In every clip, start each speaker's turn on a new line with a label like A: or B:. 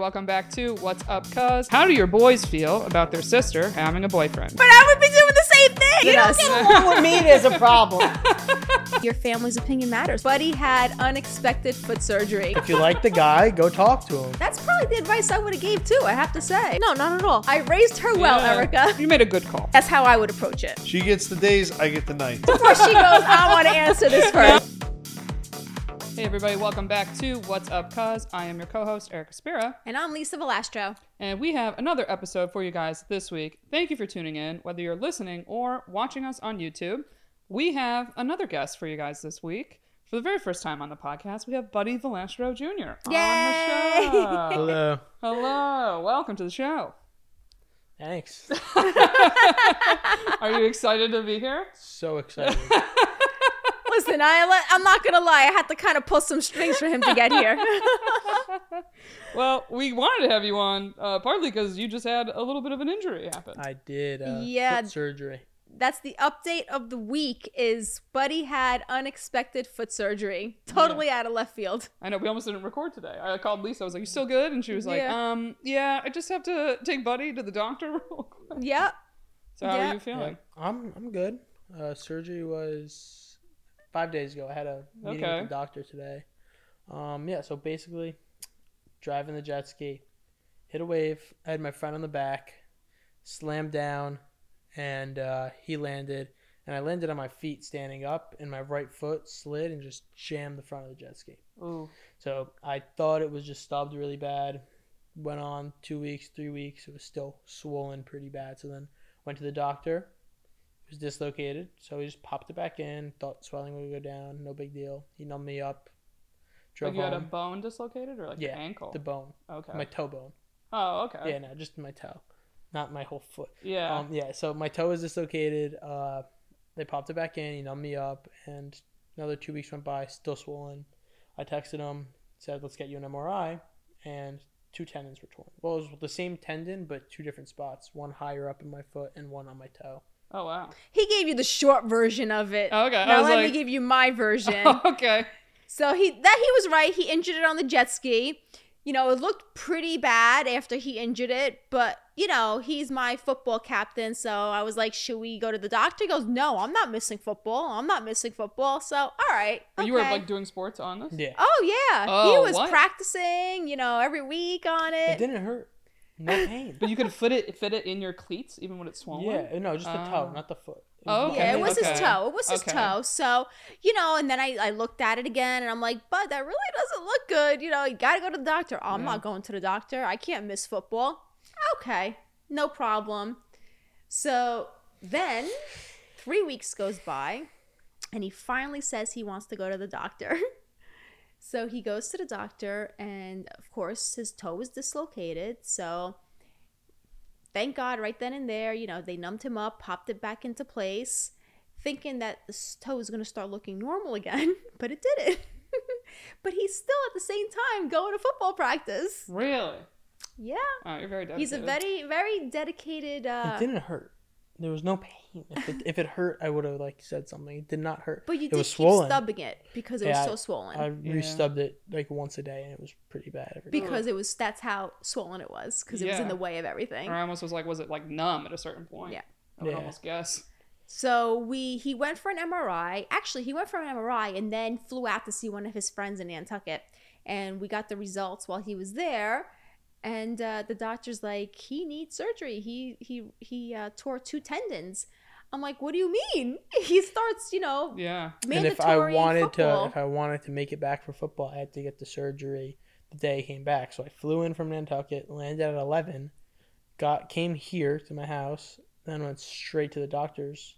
A: Welcome back to What's Up, Cuz. How do your boys feel about their sister having a boyfriend?
B: But I would be doing the same thing.
C: You don't get along with me, there's a problem.
B: Your family's opinion matters. Buddy had unexpected foot surgery.
C: If you like the guy, go talk to him.
B: That's probably the advice I would have gave too, I have to say. No, not at all. I raised her well,
A: Yeah.
B: Erica.
A: You made a good call.
B: That's how I would approach it.
D: She gets the days, I get the nights.
B: Before she goes, I want to answer this first.
A: Hey, everybody, welcome back to What's Up, Cuz. I am your co host, Erica Spira,
B: And I'm Lisa Velastro.
A: and we have another episode for you guys this week. Thank you for tuning in, whether you're listening or watching us on YouTube. We have another guest for you guys this week. For the very first time on the podcast, we have Buddy Valastro Jr.
B: Yay!
A: on the show.
D: Hello.
A: Hello, welcome to the show.
C: Thanks.
A: Are you excited to be here?
C: So excited.
B: Listen, I, le- I'm not going to lie. I had to kind of pull some strings for him to get here.
A: Well, we wanted to have you on uh, partly because you just had a little bit of an injury happen.
C: I did uh,
B: Yeah.
C: foot surgery.
B: That's the update of the week is Buddy had unexpected foot surgery. Totally out of left field.
A: I know we almost didn't record today. I called Lisa. I was like, "You still good?" And she was like,
B: Yeah.
A: "Um, yeah, I just have to take Buddy to the doctor." real quick."
B: Yep.
A: so how
B: Yeah.
A: are you feeling?
C: Yeah. I'm I'm good. Uh, surgery was five days ago. I had a meeting
A: Okay.
C: with the doctor today. Um, yeah. So basically, driving the jet ski, hit a wave. I had my friend on the back, slammed down, and uh, he landed. And I landed on my feet standing up, and my right foot slid and just jammed the front of the jet ski.
A: Ooh,
C: So I thought it was just stubbed really bad. Went on two weeks, three weeks. It was still swollen pretty bad. So then went to the doctor. It was dislocated. So he just popped it back in. Thought swelling would go down. No big deal. He numbed me up.
A: like
C: Drove
A: you had a
C: home.
A: bone dislocated or like your
C: Yeah,
A: ankle?
C: the bone,
A: okay.
C: my toe bone.
A: oh, okay.
C: Yeah, no, just my toe, not my whole foot.
A: Yeah.
C: Um, yeah. So my toe was dislocated. Uh, they popped it back in. He numbed me up, and another two weeks went by, still swollen. I texted him, said, "Let's get you an MRI," and two tendons were torn. Well, it was the same tendon, but two different spots. One higher up in my foot, and one on my toe.
A: oh wow.
B: He gave you the short version of it.
A: Oh, Okay, I
B: Now
A: was
B: let
A: like- Oh.
B: me give you my version.
A: okay.
B: so he that he was right. He injured it on the jet ski. You know, it looked pretty bad after he injured it, but you know, he's my football captain, so I was like, "Should we go to the doctor?" He goes, "No, I'm not missing football. I'm not missing football." So, all right.
A: But You were
B: okay.
A: like doing sports on this.
C: Yeah,
B: "Oh yeah."
A: Oh,
B: he was
A: what?
B: practicing, you know, every week on
C: it
B: it.
C: didn't hurt. No pain.
A: But you could fit it fit it in your cleats even when it's swollen.
C: yeah, no, just the
A: Ah.
C: toe, not the foot.
A: Oh,
B: Yeah,
A: Okay,
B: it was his
A: okay.
B: toe. It was his
A: Okay.
B: toe. So, you know, and then I, I looked at it again and I'm like, Bud, that really doesn't look good. You know, you got to go to the doctor. Oh, I'm
A: Yeah.
B: not going to the doctor. I can't miss football. Okay, no problem. So then three weeks goes by and he finally says he wants to go to the doctor. so he goes to the doctor and, of course, his toe is dislocated. So thank God, right then and there, you know, they numbed him up, popped it back into place, thinking that this toe was going to start looking normal again, but it didn't. but he's still at the same time going to football practice.
A: Really?
B: Yeah.
A: Oh, you're very dedicated.
B: He's a very, very dedicated.
C: It
B: Uh,
C: didn't hurt. There was no pain. If it, if it hurt, I would have like said something. It did not hurt.
B: but you
C: it
B: did keep
C: was swollen.
B: stubbing it because it was
C: Yeah,
B: so swollen.
C: I
A: Yeah.
C: restubbed it like once a day, and it was pretty bad. Every day.
B: because it was that's how swollen it was because it was in
A: Yeah.
B: the way of everything.
A: Or I almost was like, was it like numb at a certain point?
B: Yeah.
A: I would
C: Yeah.
A: almost guess.
B: So we he went for an MRI. Actually, he went for an MRI and then flew out to see one of his friends in Nantucket. And we got the results while he was there. And uh, the doctor's like, he needs surgery. He he he uh, tore two tendons. I'm like, what do you mean? He starts, you know,
A: Yeah.
C: and
B: mandatory
C: if I wanted to,
B: football.
C: if I wanted to make it back for football, I had to get the surgery the day I came back. So I flew in from Nantucket, landed at eleven, got came here to my house, then went straight to the doctor's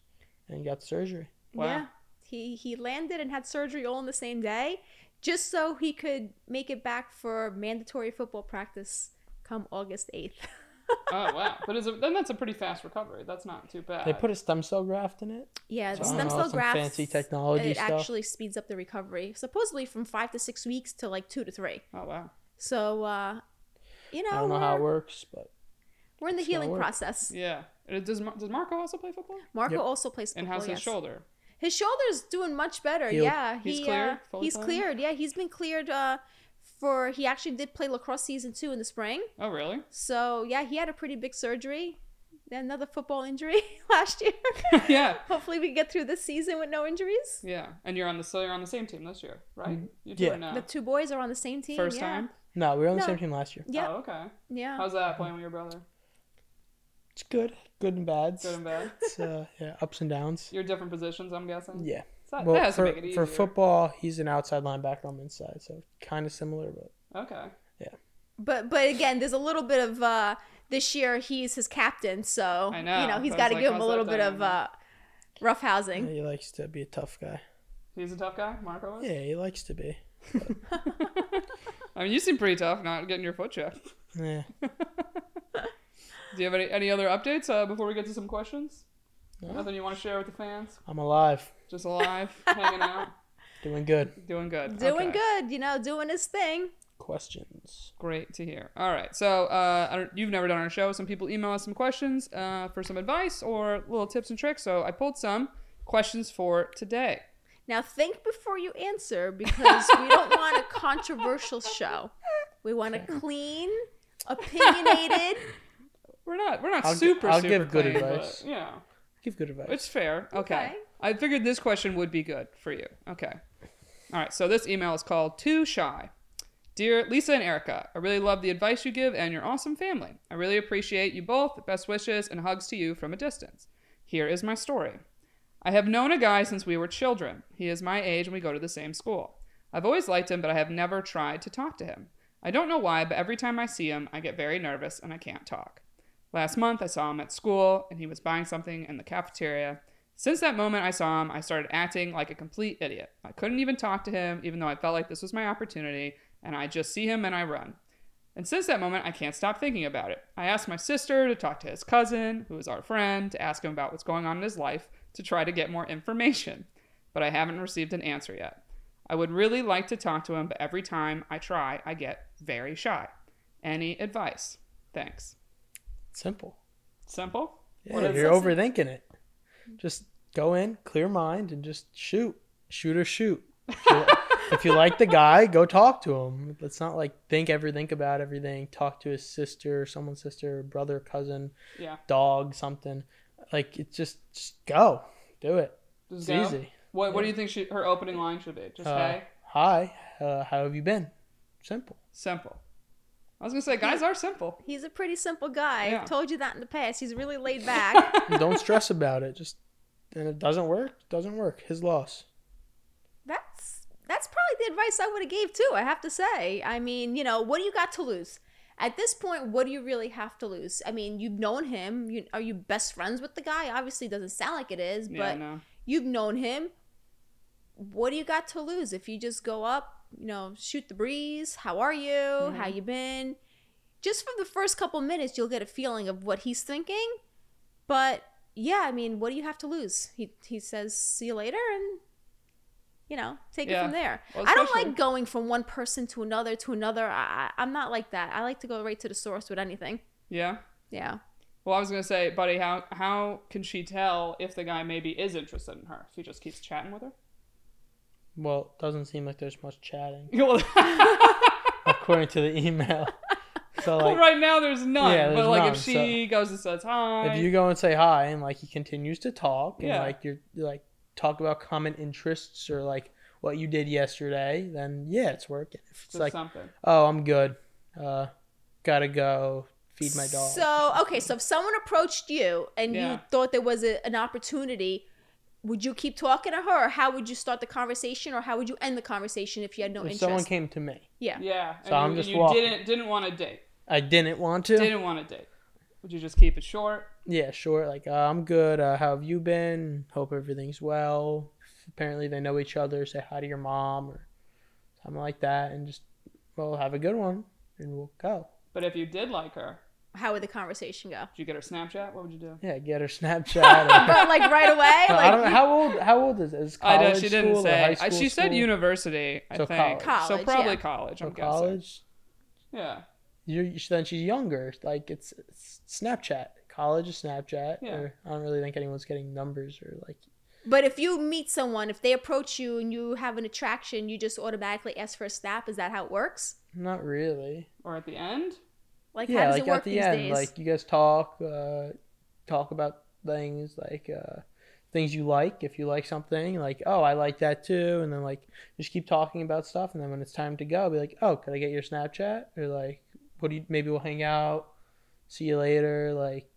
C: and got the surgery.
A: Wow.
B: Yeah. He he landed and had surgery all in the same day just so he could make it back for mandatory football practice come August 8th.
A: oh wow. But is it, then that's a pretty fast recovery. That's not too bad.
C: They put a stem cell graft in it.
B: Yeah, the
C: So I
B: stem
C: don't know,
B: cell
C: some
B: grafts
C: fancy technology
B: it
C: stuff.
B: actually speeds up the recovery, supposedly from 5 to 6 weeks to like 2 to 3.
A: oh wow.
B: So uh you know,
C: I don't know
B: we're,
C: how it works, but
B: we're in the
C: it's gonna
B: healing
C: work.
B: process.
A: Yeah. And Does, Mar- does Marco also play football?
B: Marco
C: Yep.
B: also plays
A: And
B: football,
A: how's his
B: yes.
A: shoulder?
B: His shoulder's doing much better.
C: Healed.
B: Yeah,
A: He's
B: he,
A: cleared?
B: Uh,
A: Fully
B: he's
A: cleared?
B: cleared. Yeah, he's been cleared uh, for he actually did play lacrosse season two in the spring.
A: Oh, really?
B: So yeah, he had a pretty big surgery, another football injury last year.
A: yeah.
B: Hopefully, we get through this season with no injuries.
A: Yeah. And you're on the so you're on the same team this year, right? You two
C: Mm-hmm. Yeah.
A: are now.
B: The two boys are on the same team.
A: First
B: yeah.
A: time?
C: No, we were on the
B: No.
C: same team last year.
B: Yeah,
A: Oh, okay.
B: yeah.
A: How's that playing with your brother?
C: It's good, good and bad.
A: Good and bad.
C: It's uh, yeah, ups and downs.
A: You're different positions, I'm guessing.
C: Yeah.
A: So that, Uh, that
C: Well,
A: has
C: for,
A: to make it easier.
C: for football, he's an outside linebacker. I'm inside, so kind of similar, but
A: Okay.
B: But but again, there's a little bit of uh this year he's his captain, so
A: I know.
B: you know he's
A: So
B: got
A: it's
B: to
A: like,
B: give him
A: how's
B: a little
A: that
B: bit of uh
A: dynamic?
B: rough
C: yeah,
B: housing.
C: he likes to be a tough guy.
A: He's a tough guy, Marco is?
C: Yeah, he likes to be.
A: I mean, you seem pretty tough not getting your foot checked.
C: Yeah.
A: Do you have any, any other updates uh, before we get to some questions? Nothing you want to share with the fans?
C: I'm alive,
A: Just alive, hanging out,
C: doing good.
A: doing good.
B: Doing
A: Okay.
B: good, you know, doing his thing.
C: Questions.
A: Great to hear. All right. So uh, I don't, you've never done our show. Some people email us some questions uh, for some advice or little tips and tricks. So I pulled some questions for today.
B: Now think before you answer because we don't want a controversial show. We want a clean, opinionated.
A: We're not we're not
C: I'll gi-
A: super.
C: I'll
A: super
C: give good
A: clean, but,
C: advice.
A: you know,
C: Give good advice.
A: it's fair. Okay.
B: Okay.
A: I figured this question would be good for you. Okay. All right. So this email is called Too Shy. Dear Lisa and Erica, I really love the advice you give and your awesome family. I really appreciate you both. Best wishes and hugs to you from a distance. Here is my story. I have known a guy since we were children. He is my age and we go to the same school. I've always liked him, but I have never tried to talk to him. I don't know why, but every time I see him, I get very nervous and I can't talk. Last month, I saw him at school and he was buying something in the cafeteria. Since that moment I saw him, I started acting like a complete idiot. I couldn't even talk to him, even though I felt like this was my opportunity, and I just see him and I run. And since that moment, I can't stop thinking about it. I asked my sister to talk to his cousin, who is our friend, to ask him about what's going on in his life to try to get more information, but I haven't received an answer yet. I would really like to talk to him, but every time I try, I get very shy. Any advice? Thanks.
C: Simple.
A: Simple?
C: Yeah, if you're overthinking it. Just go in, clear mind, and just shoot, shoot or shoot. If you, if you like the guy, go talk to him. Let's not like think every think about everything. Talk to his sister, someone's sister, brother, cousin,
A: Yeah.
C: dog, something. Like it's just, just go, do it.
A: Just
C: It's
A: go?
C: easy.
A: What, what do you think she, her opening line should be? Just
C: Uh,
A: hey?
C: Hi, uh, how have you been? Simple.
A: Simple. I was going to say, guys are simple.
B: He's a pretty simple guy.
A: Yeah.
B: I've told you that in the past. He's really laid back.
C: Don't stress about it. Just and it doesn't work. Doesn't work. His loss.
B: that's that's probably the advice I would have gave too. I have to say. I mean, you know, what do you got to lose? At this point, what do you really have to lose? I mean, you've known him. You, are you best friends with the guy? Obviously, it doesn't sound like it is, but
A: yeah, no.
B: you've known him. What do you got to lose if you just go up, you know, shoot the breeze? How are you? How
A: Mm-hmm.
B: you been? Just from the first couple minutes, you'll get a feeling of what he's thinking. But yeah, I mean, what do you have to lose? He he says, "See you later," and you know, take it
A: Yeah.
B: from there.
A: Well,
B: I don't
A: especially-
B: like going from one person to another to another. I, I I'm not like that. I like to go right to the source with anything.
A: Yeah.
B: Yeah.
A: Well, I was gonna say, buddy, how how can she tell if the guy maybe is interested in her if he just keeps chatting with her?
C: Well, doesn't seem like there's much chatting.
A: Well,
C: according to the email. So like,
A: right now there's none.
C: Yeah, there's
A: but like
C: none,
A: if she goes and says hi,
C: if you go and say hi, and like he continues to talk, and
A: Yeah.
C: like you're you, like talk about common interests or like what you did yesterday, then yeah, it's working. If it's
A: says
C: like,
A: something.
C: oh, I'm good, uh, gotta go feed my dog.
B: So okay, so if someone approached you and
A: Yeah.
B: you thought there was a, an opportunity, would you keep talking to her, or how would you start the conversation, or how would you end the conversation if you had no
C: if
B: interest?
C: someone came to me,
B: yeah.
A: Yeah.
C: So
A: and
C: I'm
A: you,
C: just
A: you
C: walking.
A: didn't didn't want to date.
C: I didn't want to.
A: Didn't want to date. Would you just keep it short?
C: Yeah, sure. Like uh, I'm good. Uh, how have you been? Hope everything's well. Apparently they know each other. Say hi to your mom or something like that, and just well have a good one, and we'll go.
A: But if you did like her,
B: How would the conversation go?
A: would you get her Snapchat? What would you do?
C: Yeah, get her Snapchat. Or,
B: But like right away,
C: No, I
B: like
C: don't know how old. How old is is
A: I
C: college?
A: know she didn't
C: school or
A: say.
C: high
A: I-
C: school,
A: she said
C: school?
A: university. I
C: So
A: think
B: college.
A: so. Probably
B: yeah.
A: college.
C: So
A: I'm guessing.
C: college.
A: Yeah.
C: You're, you- then she's younger. Like it's, it's Snapchat. College is Snapchat.
A: Yeah.
C: Or I don't really think anyone's getting numbers or like
B: But if you meet someone, if they approach you and you have an attraction, you just automatically ask for a snap. Is that how it works?
C: Not really.
A: Or at the end?
B: Like how
C: yeah,
B: does
C: like
B: it work
C: at the
B: these
C: end,
B: days?
C: like you guys talk, uh, talk about things like uh, things you like. If you like something, like oh, I like that too, and then like just keep talking about stuff, and then when it's time to go, be like, oh, could I get your Snapchat? Or like, what do you? Maybe we'll hang out. See you later. Like,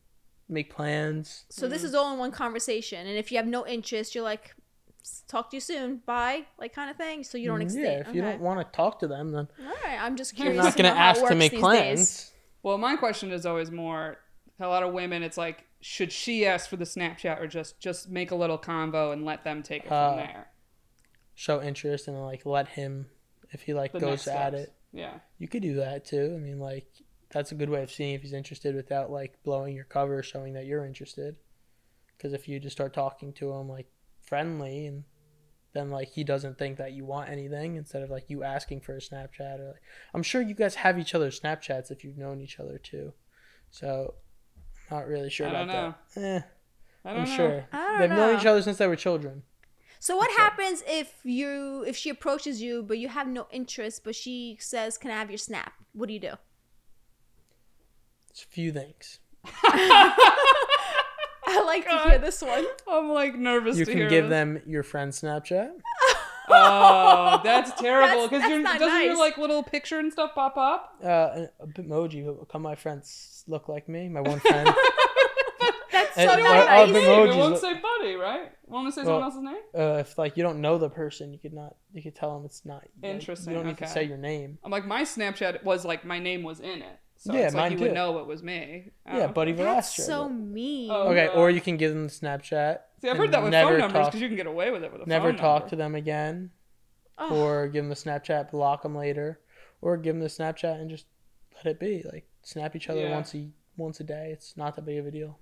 C: make plans.
B: so this is all in one conversation, and if you have no interest, you're like, "S- talk to you soon, bye, like kind of thing. So you don't
C: Mm,
B: extend.
C: Yeah, if you don't want to talk to them, then
B: All right, I'm just
A: You're
B: curious.
C: you're not
B: to
C: gonna
B: know how it
C: ask to
B: works
C: make
B: these
C: plans.
B: days.
A: Well, my question is always more a lot of women it's like should she ask for the Snapchat or just just make a little convo and let them take it
C: Uh,
A: from there?
C: Show interest and like let him, if he like
A: The
C: goes
A: next
C: at
A: steps.
C: it.
A: Yeah.
C: You could do that too. I mean, like that's a good way of seeing if he's interested without like blowing your cover, showing that you're interested. Because if you just start talking to him like friendly, and then like he doesn't think that you want anything, instead of like you asking for a Snapchat or like I'm sure you guys have each other's Snapchats if you've known each other too. So, not really sure
A: I
C: about
A: don't know.
C: that. Eh,
A: I don't
C: I'm
A: know.
C: sure
B: I don't
C: they've known
B: know.
C: each other since they were children.
B: So what happens if you if she approaches you but you have no interest but she says can I have your snap? What do you do?
C: It's a few things.
B: I like
A: Oh God.
B: to hear this one.
A: I'm like nervous
C: You
A: to
C: can
A: hear
C: give
A: this.
C: them your friend's Snapchat.
A: Oh, that's terrible
B: That's-
A: because
B: that's
A: doesn't
B: not
A: your
B: nice.
A: like little picture and stuff pop up?
C: uh, a emoji. but Come, my friends look like me. My one friend.
B: That's so
C: And
B: not
C: what are
B: nice.
C: the
A: It
C: emojis
A: won't
C: look-
A: say buddy, right? Won't it say
C: Well,
A: someone else's name?
C: uh, if like you don't know the person, you could not. You could tell them it's not. like,
A: Interesting,
C: You don't need to
A: okay.
C: say your name.
A: I'm like my Snapchat was like my name was in it, so
C: Yeah,
A: it's like
C: mine
A: you would
C: too.
A: know it was me. Oh.
C: Yeah, Buddy
B: That's
C: Velasquez.
B: so mean.
A: Oh.
C: okay,
A: Uh,
C: or you can give them the Snapchat.
A: See, I've
C: and
A: heard that with
C: never
A: phone numbers
C: talk-
A: because you can get away with it with a
C: never
A: phone
C: talk
A: number.
C: to them again,
B: Ugh.
C: or give them a Snapchat, block them later, or give them the Snapchat and just let it be. Like snap each other
A: Yeah.
C: once a once a day. It's not that big of a deal.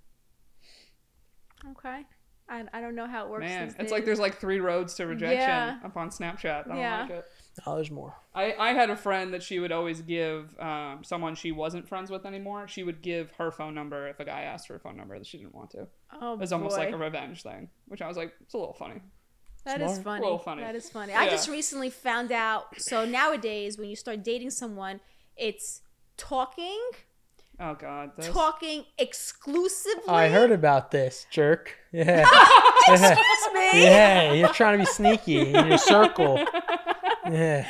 B: Okay. I, I don't know how it works.
A: Man,
B: these
A: it's like
B: days.
A: there's like three roads to rejection
B: Yeah.
A: upon Snapchat. I don't
B: Yeah.
A: like it.
C: Oh, there's more.
A: I, I had a friend that she would always give um, someone she wasn't friends with anymore. She would give her phone number if a guy asked for a phone number that she didn't want to. It
B: oh,
A: was almost
B: boy.
A: like a revenge thing, which I was like, it's a little funny.
B: That is
C: Smart.
B: funny.
A: Little funny.
B: That is funny.
A: Yeah.
B: I just recently found out. So nowadays, when you start dating someone, it's talking,
A: Oh God, this.
B: talking exclusively.
C: I heard about this jerk. Yeah.
B: Excuse me.
C: yeah, you're trying to be sneaky in your circle. Yeah.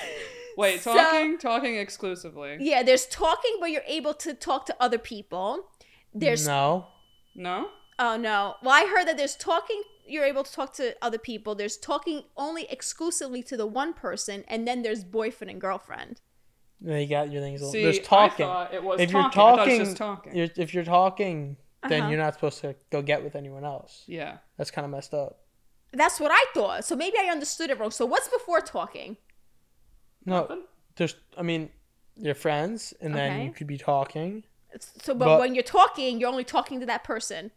A: Wait,
B: So-
A: talking, talking exclusively.
B: Yeah, there's talking, but you're able to talk to other people. There's
C: no.
A: No,
B: oh no. Well, I heard that there's talking. You're able to talk to other people. There's talking only exclusively to the one person, and then there's boyfriend and girlfriend.
C: No, you got your things.
A: see,
C: There's talking.
A: I thought it was
C: if
A: talking.
C: you're
A: I thought it was
C: talking,
A: just talking.
C: You're, if you're talking, then
B: Uh-huh.
C: you're not supposed to go get with anyone else.
A: Yeah,
C: That's kind of messed up.
B: That's what I thought. So maybe I understood it wrong. So what's before talking?
C: No,
A: Nothing?
C: there's. I mean, you're friends, and then
B: Okay.
C: you could be talking.
B: So, but,
C: But-
B: when you're talking, you're only talking to that person.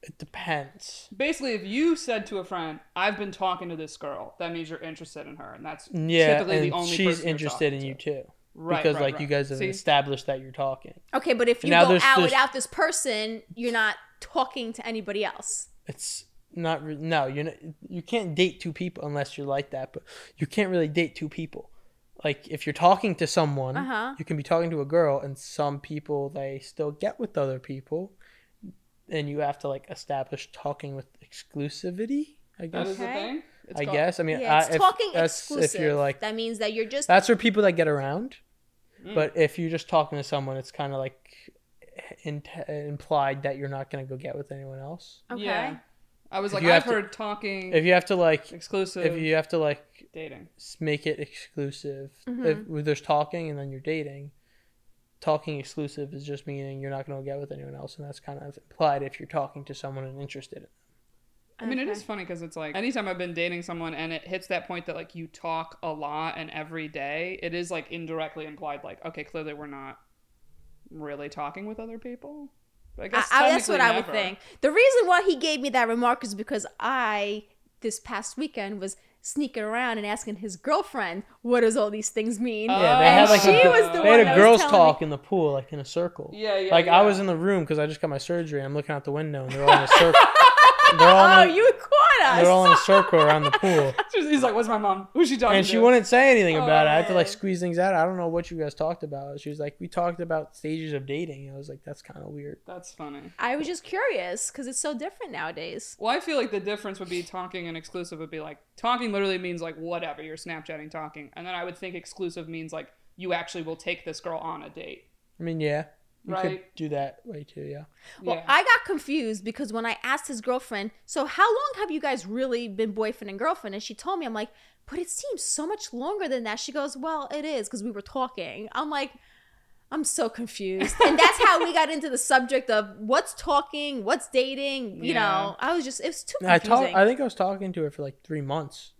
C: It depends.
A: basically, if you said to a friend, "I've been talking to this girl," that means you're interested in her, and that's
C: Yeah,
A: typically the
C: and
A: only
C: she's
A: person you're
C: interested in
A: talking
C: you
A: to.
C: too,
A: Right,
C: because
A: right,
C: like
A: right.
C: you guys have
A: See?
C: established that you're talking.
B: Okay, but if you
C: Now
B: go
C: there's-
B: out
C: there's-
B: without this person, you're not talking to anybody else.
C: It's not. Re- no, you're not. You can't date two people unless you're like that. But you can't really date two people. Like if you're talking to someone,
B: Uh-huh.
C: you can be talking to a girl, and some people they still get with other people, and you have to like establish talking with exclusivity. I
A: That
C: guess.
A: is the
B: Okay.
A: thing. It's
C: I
A: called-
C: guess. I mean,
B: Yeah, it's
C: I, if,
B: talking
C: that's
B: exclusive.
C: if you're like
B: that means that you're just
C: that's for people that get around.
A: Mm.
C: But if you're just talking to someone, it's kind of like in- implied that you're not gonna go get with anyone else.
B: okay.
A: Yeah. I was
C: If
A: like,
C: you
A: I've
C: have to-
A: heard talking
C: If you have to like,
A: exclusive
C: if you have to like
A: dating.
C: s- make it exclusive. If where there's talking and then you're dating, talking exclusive is just meaning you're not going to get with anyone else, and that's kind of implied if you're talking to someone and interested.
A: I mean, it
B: Okay.
A: is funny because it's like anytime I've been dating someone and it hits that point that like you talk a lot and every day, it is like indirectly implied, like, okay, clearly we're not really talking with other people. But I
B: I,
A: guess
B: I, that's what
A: technically
B: I would
A: never.
B: think. The reason why he gave me that remark is because I, this past weekend, was sneaking around and asking his girlfriend, "What does all these things mean?"
A: Oh.
C: Yeah, they
A: And
C: had like
A: she
C: a,
A: was the
C: they had
B: one
C: a
B: that was
C: girls
B: telling
C: talk in the pool, like in a circle.
A: Yeah, yeah.
C: like
A: yeah.
C: I was in the room because I just got my surgery. I'm looking out the window and they're all in a circle. They're all,
B: Oh,
C: in,
B: you caught us.
C: they're all in a circle around the pool.
A: He's like, "What's my mom? Who's she talking
C: And
A: to?"
C: she wouldn't say anything about it. I had to like
B: Oh.
C: squeeze things out. I don't know what you guys talked about. She was like, "We talked about stages of dating." I was like, "That's kind of weird."
A: That's funny.
B: I was just curious because it's so different nowadays.
A: Well, I feel like the difference would be talking and exclusive would be like talking literally means like whatever you're Snapchatting talking, and then I would think exclusive means like you actually will take this girl on a date.
C: I mean, yeah, you could
A: Right.
C: do that way too. Yeah,
B: Well,
A: yeah.
B: I got confused because when I asked his girlfriend, so how long have you guys really been boyfriend and girlfriend? And she told me, I'm like, but it seems so much longer than that. She goes, well, it is because we were talking. I'm like, I'm so confused. And that's how we got into the subject of what's talking, what's dating. You
A: Yeah.
B: know, I was just, it's too
C: I
B: confusing.
C: talk, I think I was talking to her for like three months,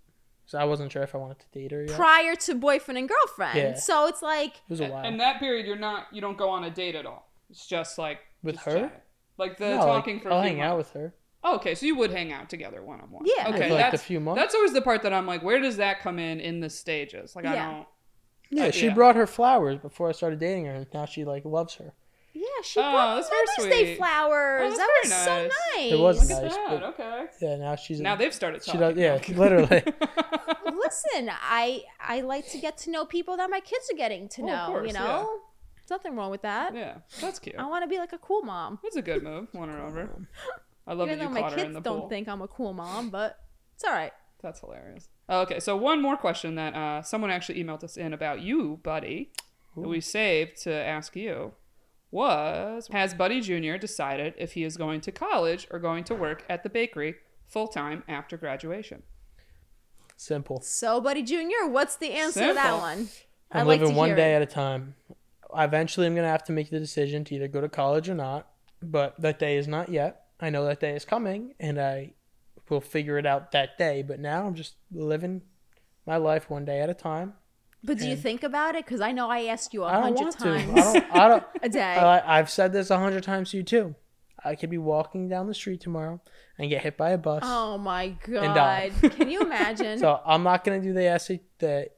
C: so I wasn't sure if I wanted to date her. Yet. it
B: Prior to boyfriend and girlfriend.
C: Yeah.
B: So it's like,
C: was a
A: A-
C: while.
A: And that period, you're not, you don't go on a date at all. It's just like
C: With
A: just
C: her?
A: chatting. like the
C: No, like,
A: talking for. a
C: I'll
A: few
C: hang out
A: months.
C: with her.
A: Oh, okay, so you would hang out together one on one.
B: Yeah. Yeah,
A: Okay,
B: for,
C: like, the
A: that's
C: few months.
A: That's always the part that I'm like, where does that come in in the stages? Like, I
B: Yeah.
A: don't.
C: Yeah,
A: Uh,
C: she
A: yeah.
C: brought her flowers before I started dating her. and Now she like loves her.
B: yeah, she
A: Oh,
B: brought me
A: that's very
B: Mother's Day
A: sweet.
B: flowers.
A: Oh, that's
B: that was
A: very
B: so nice.
C: It was
A: Look
C: Nice,
A: at
C: but-
A: that. Okay.
C: Yeah, now she's
A: Now they've started
C: She
A: talking.
C: does- yeah, literally.
B: listen, I I like to get to know people that my kids are getting to
A: Oh, of
B: know.
A: course,
B: you know,
A: yeah.
B: There's nothing wrong with that.
A: yeah, that's cute.
B: I want to be like a cool mom,
A: That's a good move. Won her over. I love
B: even
A: that
B: though
A: you
B: my
A: caught her in
B: kids
A: the
B: don't
A: pool.
B: think I'm a cool mom, but it's all right.
A: That's hilarious. Oh, Okay, so one more question that uh, someone actually emailed us in about you, Buddy, that we saved to ask you was Has Buddy Jr. decided if he is going to college or going to work at the bakery full time after graduation?
C: simple.
B: So, buddy Junior, what's the answer to that
A: Simple.
B: one?
C: I'm
B: I'd like
C: living
B: to
C: one
B: hear
C: day
B: it.
C: at a time. Eventually, I'm gonna have to make the decision to either go to college or not. But that day is not yet. I know that day is coming, and I will figure it out that day. But now I'm just living my life one day at a time.
B: But do you
C: Okay.
B: think about it? Because I know I asked you a
C: I don't
B: hundred
C: want to. I
B: times
C: don't. I don't.
B: a day.
C: I, I've said this a hundred times to you too. I could be walking down the street tomorrow and get hit by a bus.
B: oh my
C: die.
B: god! Can you imagine?
C: So I'm not gonna do the SAT, the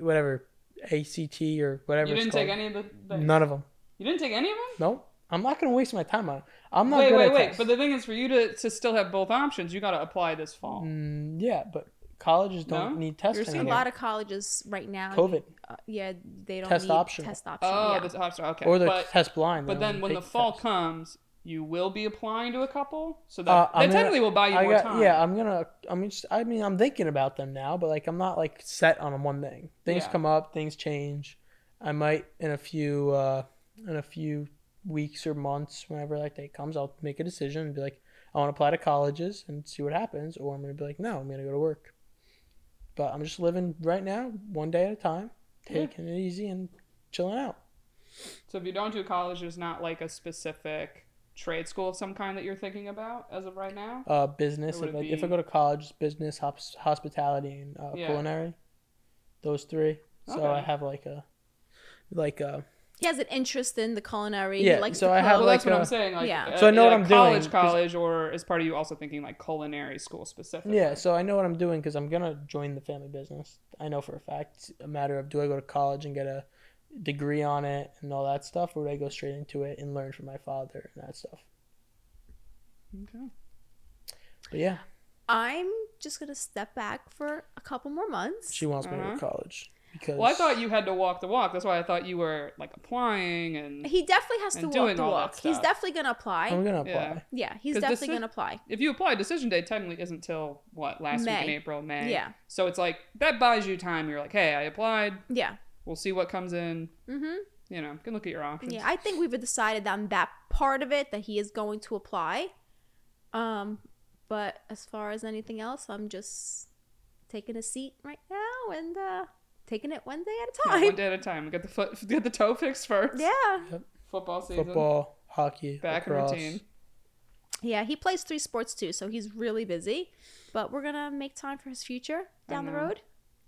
C: whatever ACT or whatever.
A: You
C: it's
A: didn't take
C: called.
A: any of the things?
C: None of them.
A: You didn't take any of them?
C: Nope. I'm not gonna waste my time on it. I'm not
A: wait,
C: good
A: wait,
C: at
A: wait.
C: tests.
A: But the thing is, for you to, to still have both options, you got to apply this fall.
C: Mm, yeah, but colleges don't
A: No?
C: need
A: You're
C: testing.
A: seeing
B: a
C: anymore.
B: lot of colleges right now,
C: COVID
B: uh, yeah, they don't
C: Test
B: need
C: optional.
B: Test option.
A: Oh,
B: yeah.
A: that's option. Okay.
C: or they
A: but,
C: test blind.
A: but
C: They don't
A: then when the
C: take
A: fall
C: test.
A: comes, you will be applying to a couple. So that,
C: Uh,
A: that
C: I'm gonna-
A: technically will buy you
C: I
A: more
C: got-
A: time.
C: Yeah, I'm gonna. I'm just. I mean, I'm thinking about them now, but like, I'm not like set on one thing. Things
A: Yeah.
C: come up, things change. I might in a few uh, in a few weeks or months, whenever like day comes, I'll make a decision and be like, I want to apply to colleges and see what happens, or I'm gonna be like, no, I'm gonna go to work. But I'm just living right now, one day at a time,
A: Yeah.
C: taking it easy and chilling out.
A: So if you don't do college, there's not like a specific trade school of some kind that you're thinking about as of right now.
C: Uh, business.
A: Or would
C: If
A: it
C: I, if I
A: be-
C: go to college, it's business, hosp- hospitality, and uh,
A: Yeah.
C: culinary. Those three. So I
A: Okay.
C: have like a, like uh, a.
B: he has an interest in the culinary.
C: Yeah,
B: He likes
C: so
B: to
C: I have,
A: Well,
B: cook.
A: that's
C: like
A: what
C: a-
A: I'm saying. Like,
B: Yeah.
A: uh,
C: So I know what
A: like
C: I'm doing,
A: college,
C: 'cause-
A: college, or is part of you also thinking like culinary school specifically?
C: Yeah. So I know what I'm doing because I'm gonna join the family business. I know for a fact. It's a matter of do I go to college and get a degree on it and all that stuff, or do I go straight into it and learn from my father and that stuff.
A: Okay.
C: But yeah,
B: I'm just gonna step back for a couple more months.
C: she wants me to go
A: Uh-huh.
C: to college because.
A: Well, I thought you had to walk the walk. That's why I thought you were like applying and
B: he definitely has to
A: And
B: walk
A: doing
B: the
A: all that
B: walk. He's
A: stuff.
B: definitely gonna apply.
C: I'm gonna apply.
A: Yeah.
B: yeah, he's
A: 'Cause this
B: definitely
A: is-
B: gonna apply.
A: if you apply, decision day technically isn't till what last week in
B: May.
A: April, May.
B: Yeah.
A: So it's like that buys you time. You're like, hey, I applied.
B: Yeah.
A: We'll see what comes in.
B: Mm-hmm.
A: You know, can look at your options.
B: Yeah. I think we've decided on that part of it that he is going to apply. Um, but as far as anything else, I'm just taking a seat right now and uh taking it one day at
A: Yeah,
B: a
A: one
B: time.
A: day at a time. Get the foot, get the toe fixed first.
B: Yeah.
A: Football season.
C: Football, hockey,
A: Back in
C: lacrosse.
A: routine.
B: Yeah, he plays three sports too, so he's really busy. But we're gonna make time for his future
A: I
B: down the
A: know.
B: road.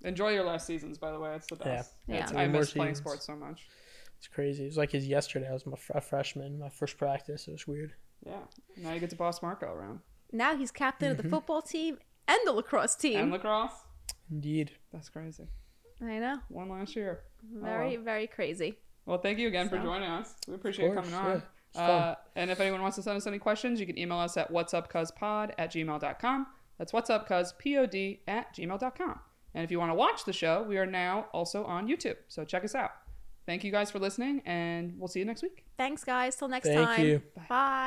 A: Enjoy your last seasons, by the way. It's the
C: Yeah.
A: best.
B: Yeah.
A: It's-
C: Three
A: I
C: more
A: miss playing
C: seasons.
A: sports so much.
C: It's crazy. It was like his yesterday. I was my fr- a freshman, my first practice. It was weird.
A: Yeah. Now you get to boss Marco around.
B: Now he's captain of the football team and the lacrosse team.
A: And lacrosse.
C: Indeed.
A: That's crazy.
B: I know.
A: One last year. Oh,
B: Very, very crazy.
A: Well, thank you again for
B: So-
A: joining us. We appreciate you
C: course,
A: coming on.
C: yeah.
A: Uh, and if anyone wants to send us any questions, you can email us at whatsupcuzpod at gmail.com. That's whatsupcuz, P-O-D, at gmail.com. And if you want to watch the show, we are now also on YouTube. So check us out. Thank you guys for listening, and we'll see you next week.
B: Thanks, guys. Till next
C: Thank
B: time.
C: you.
B: Bye.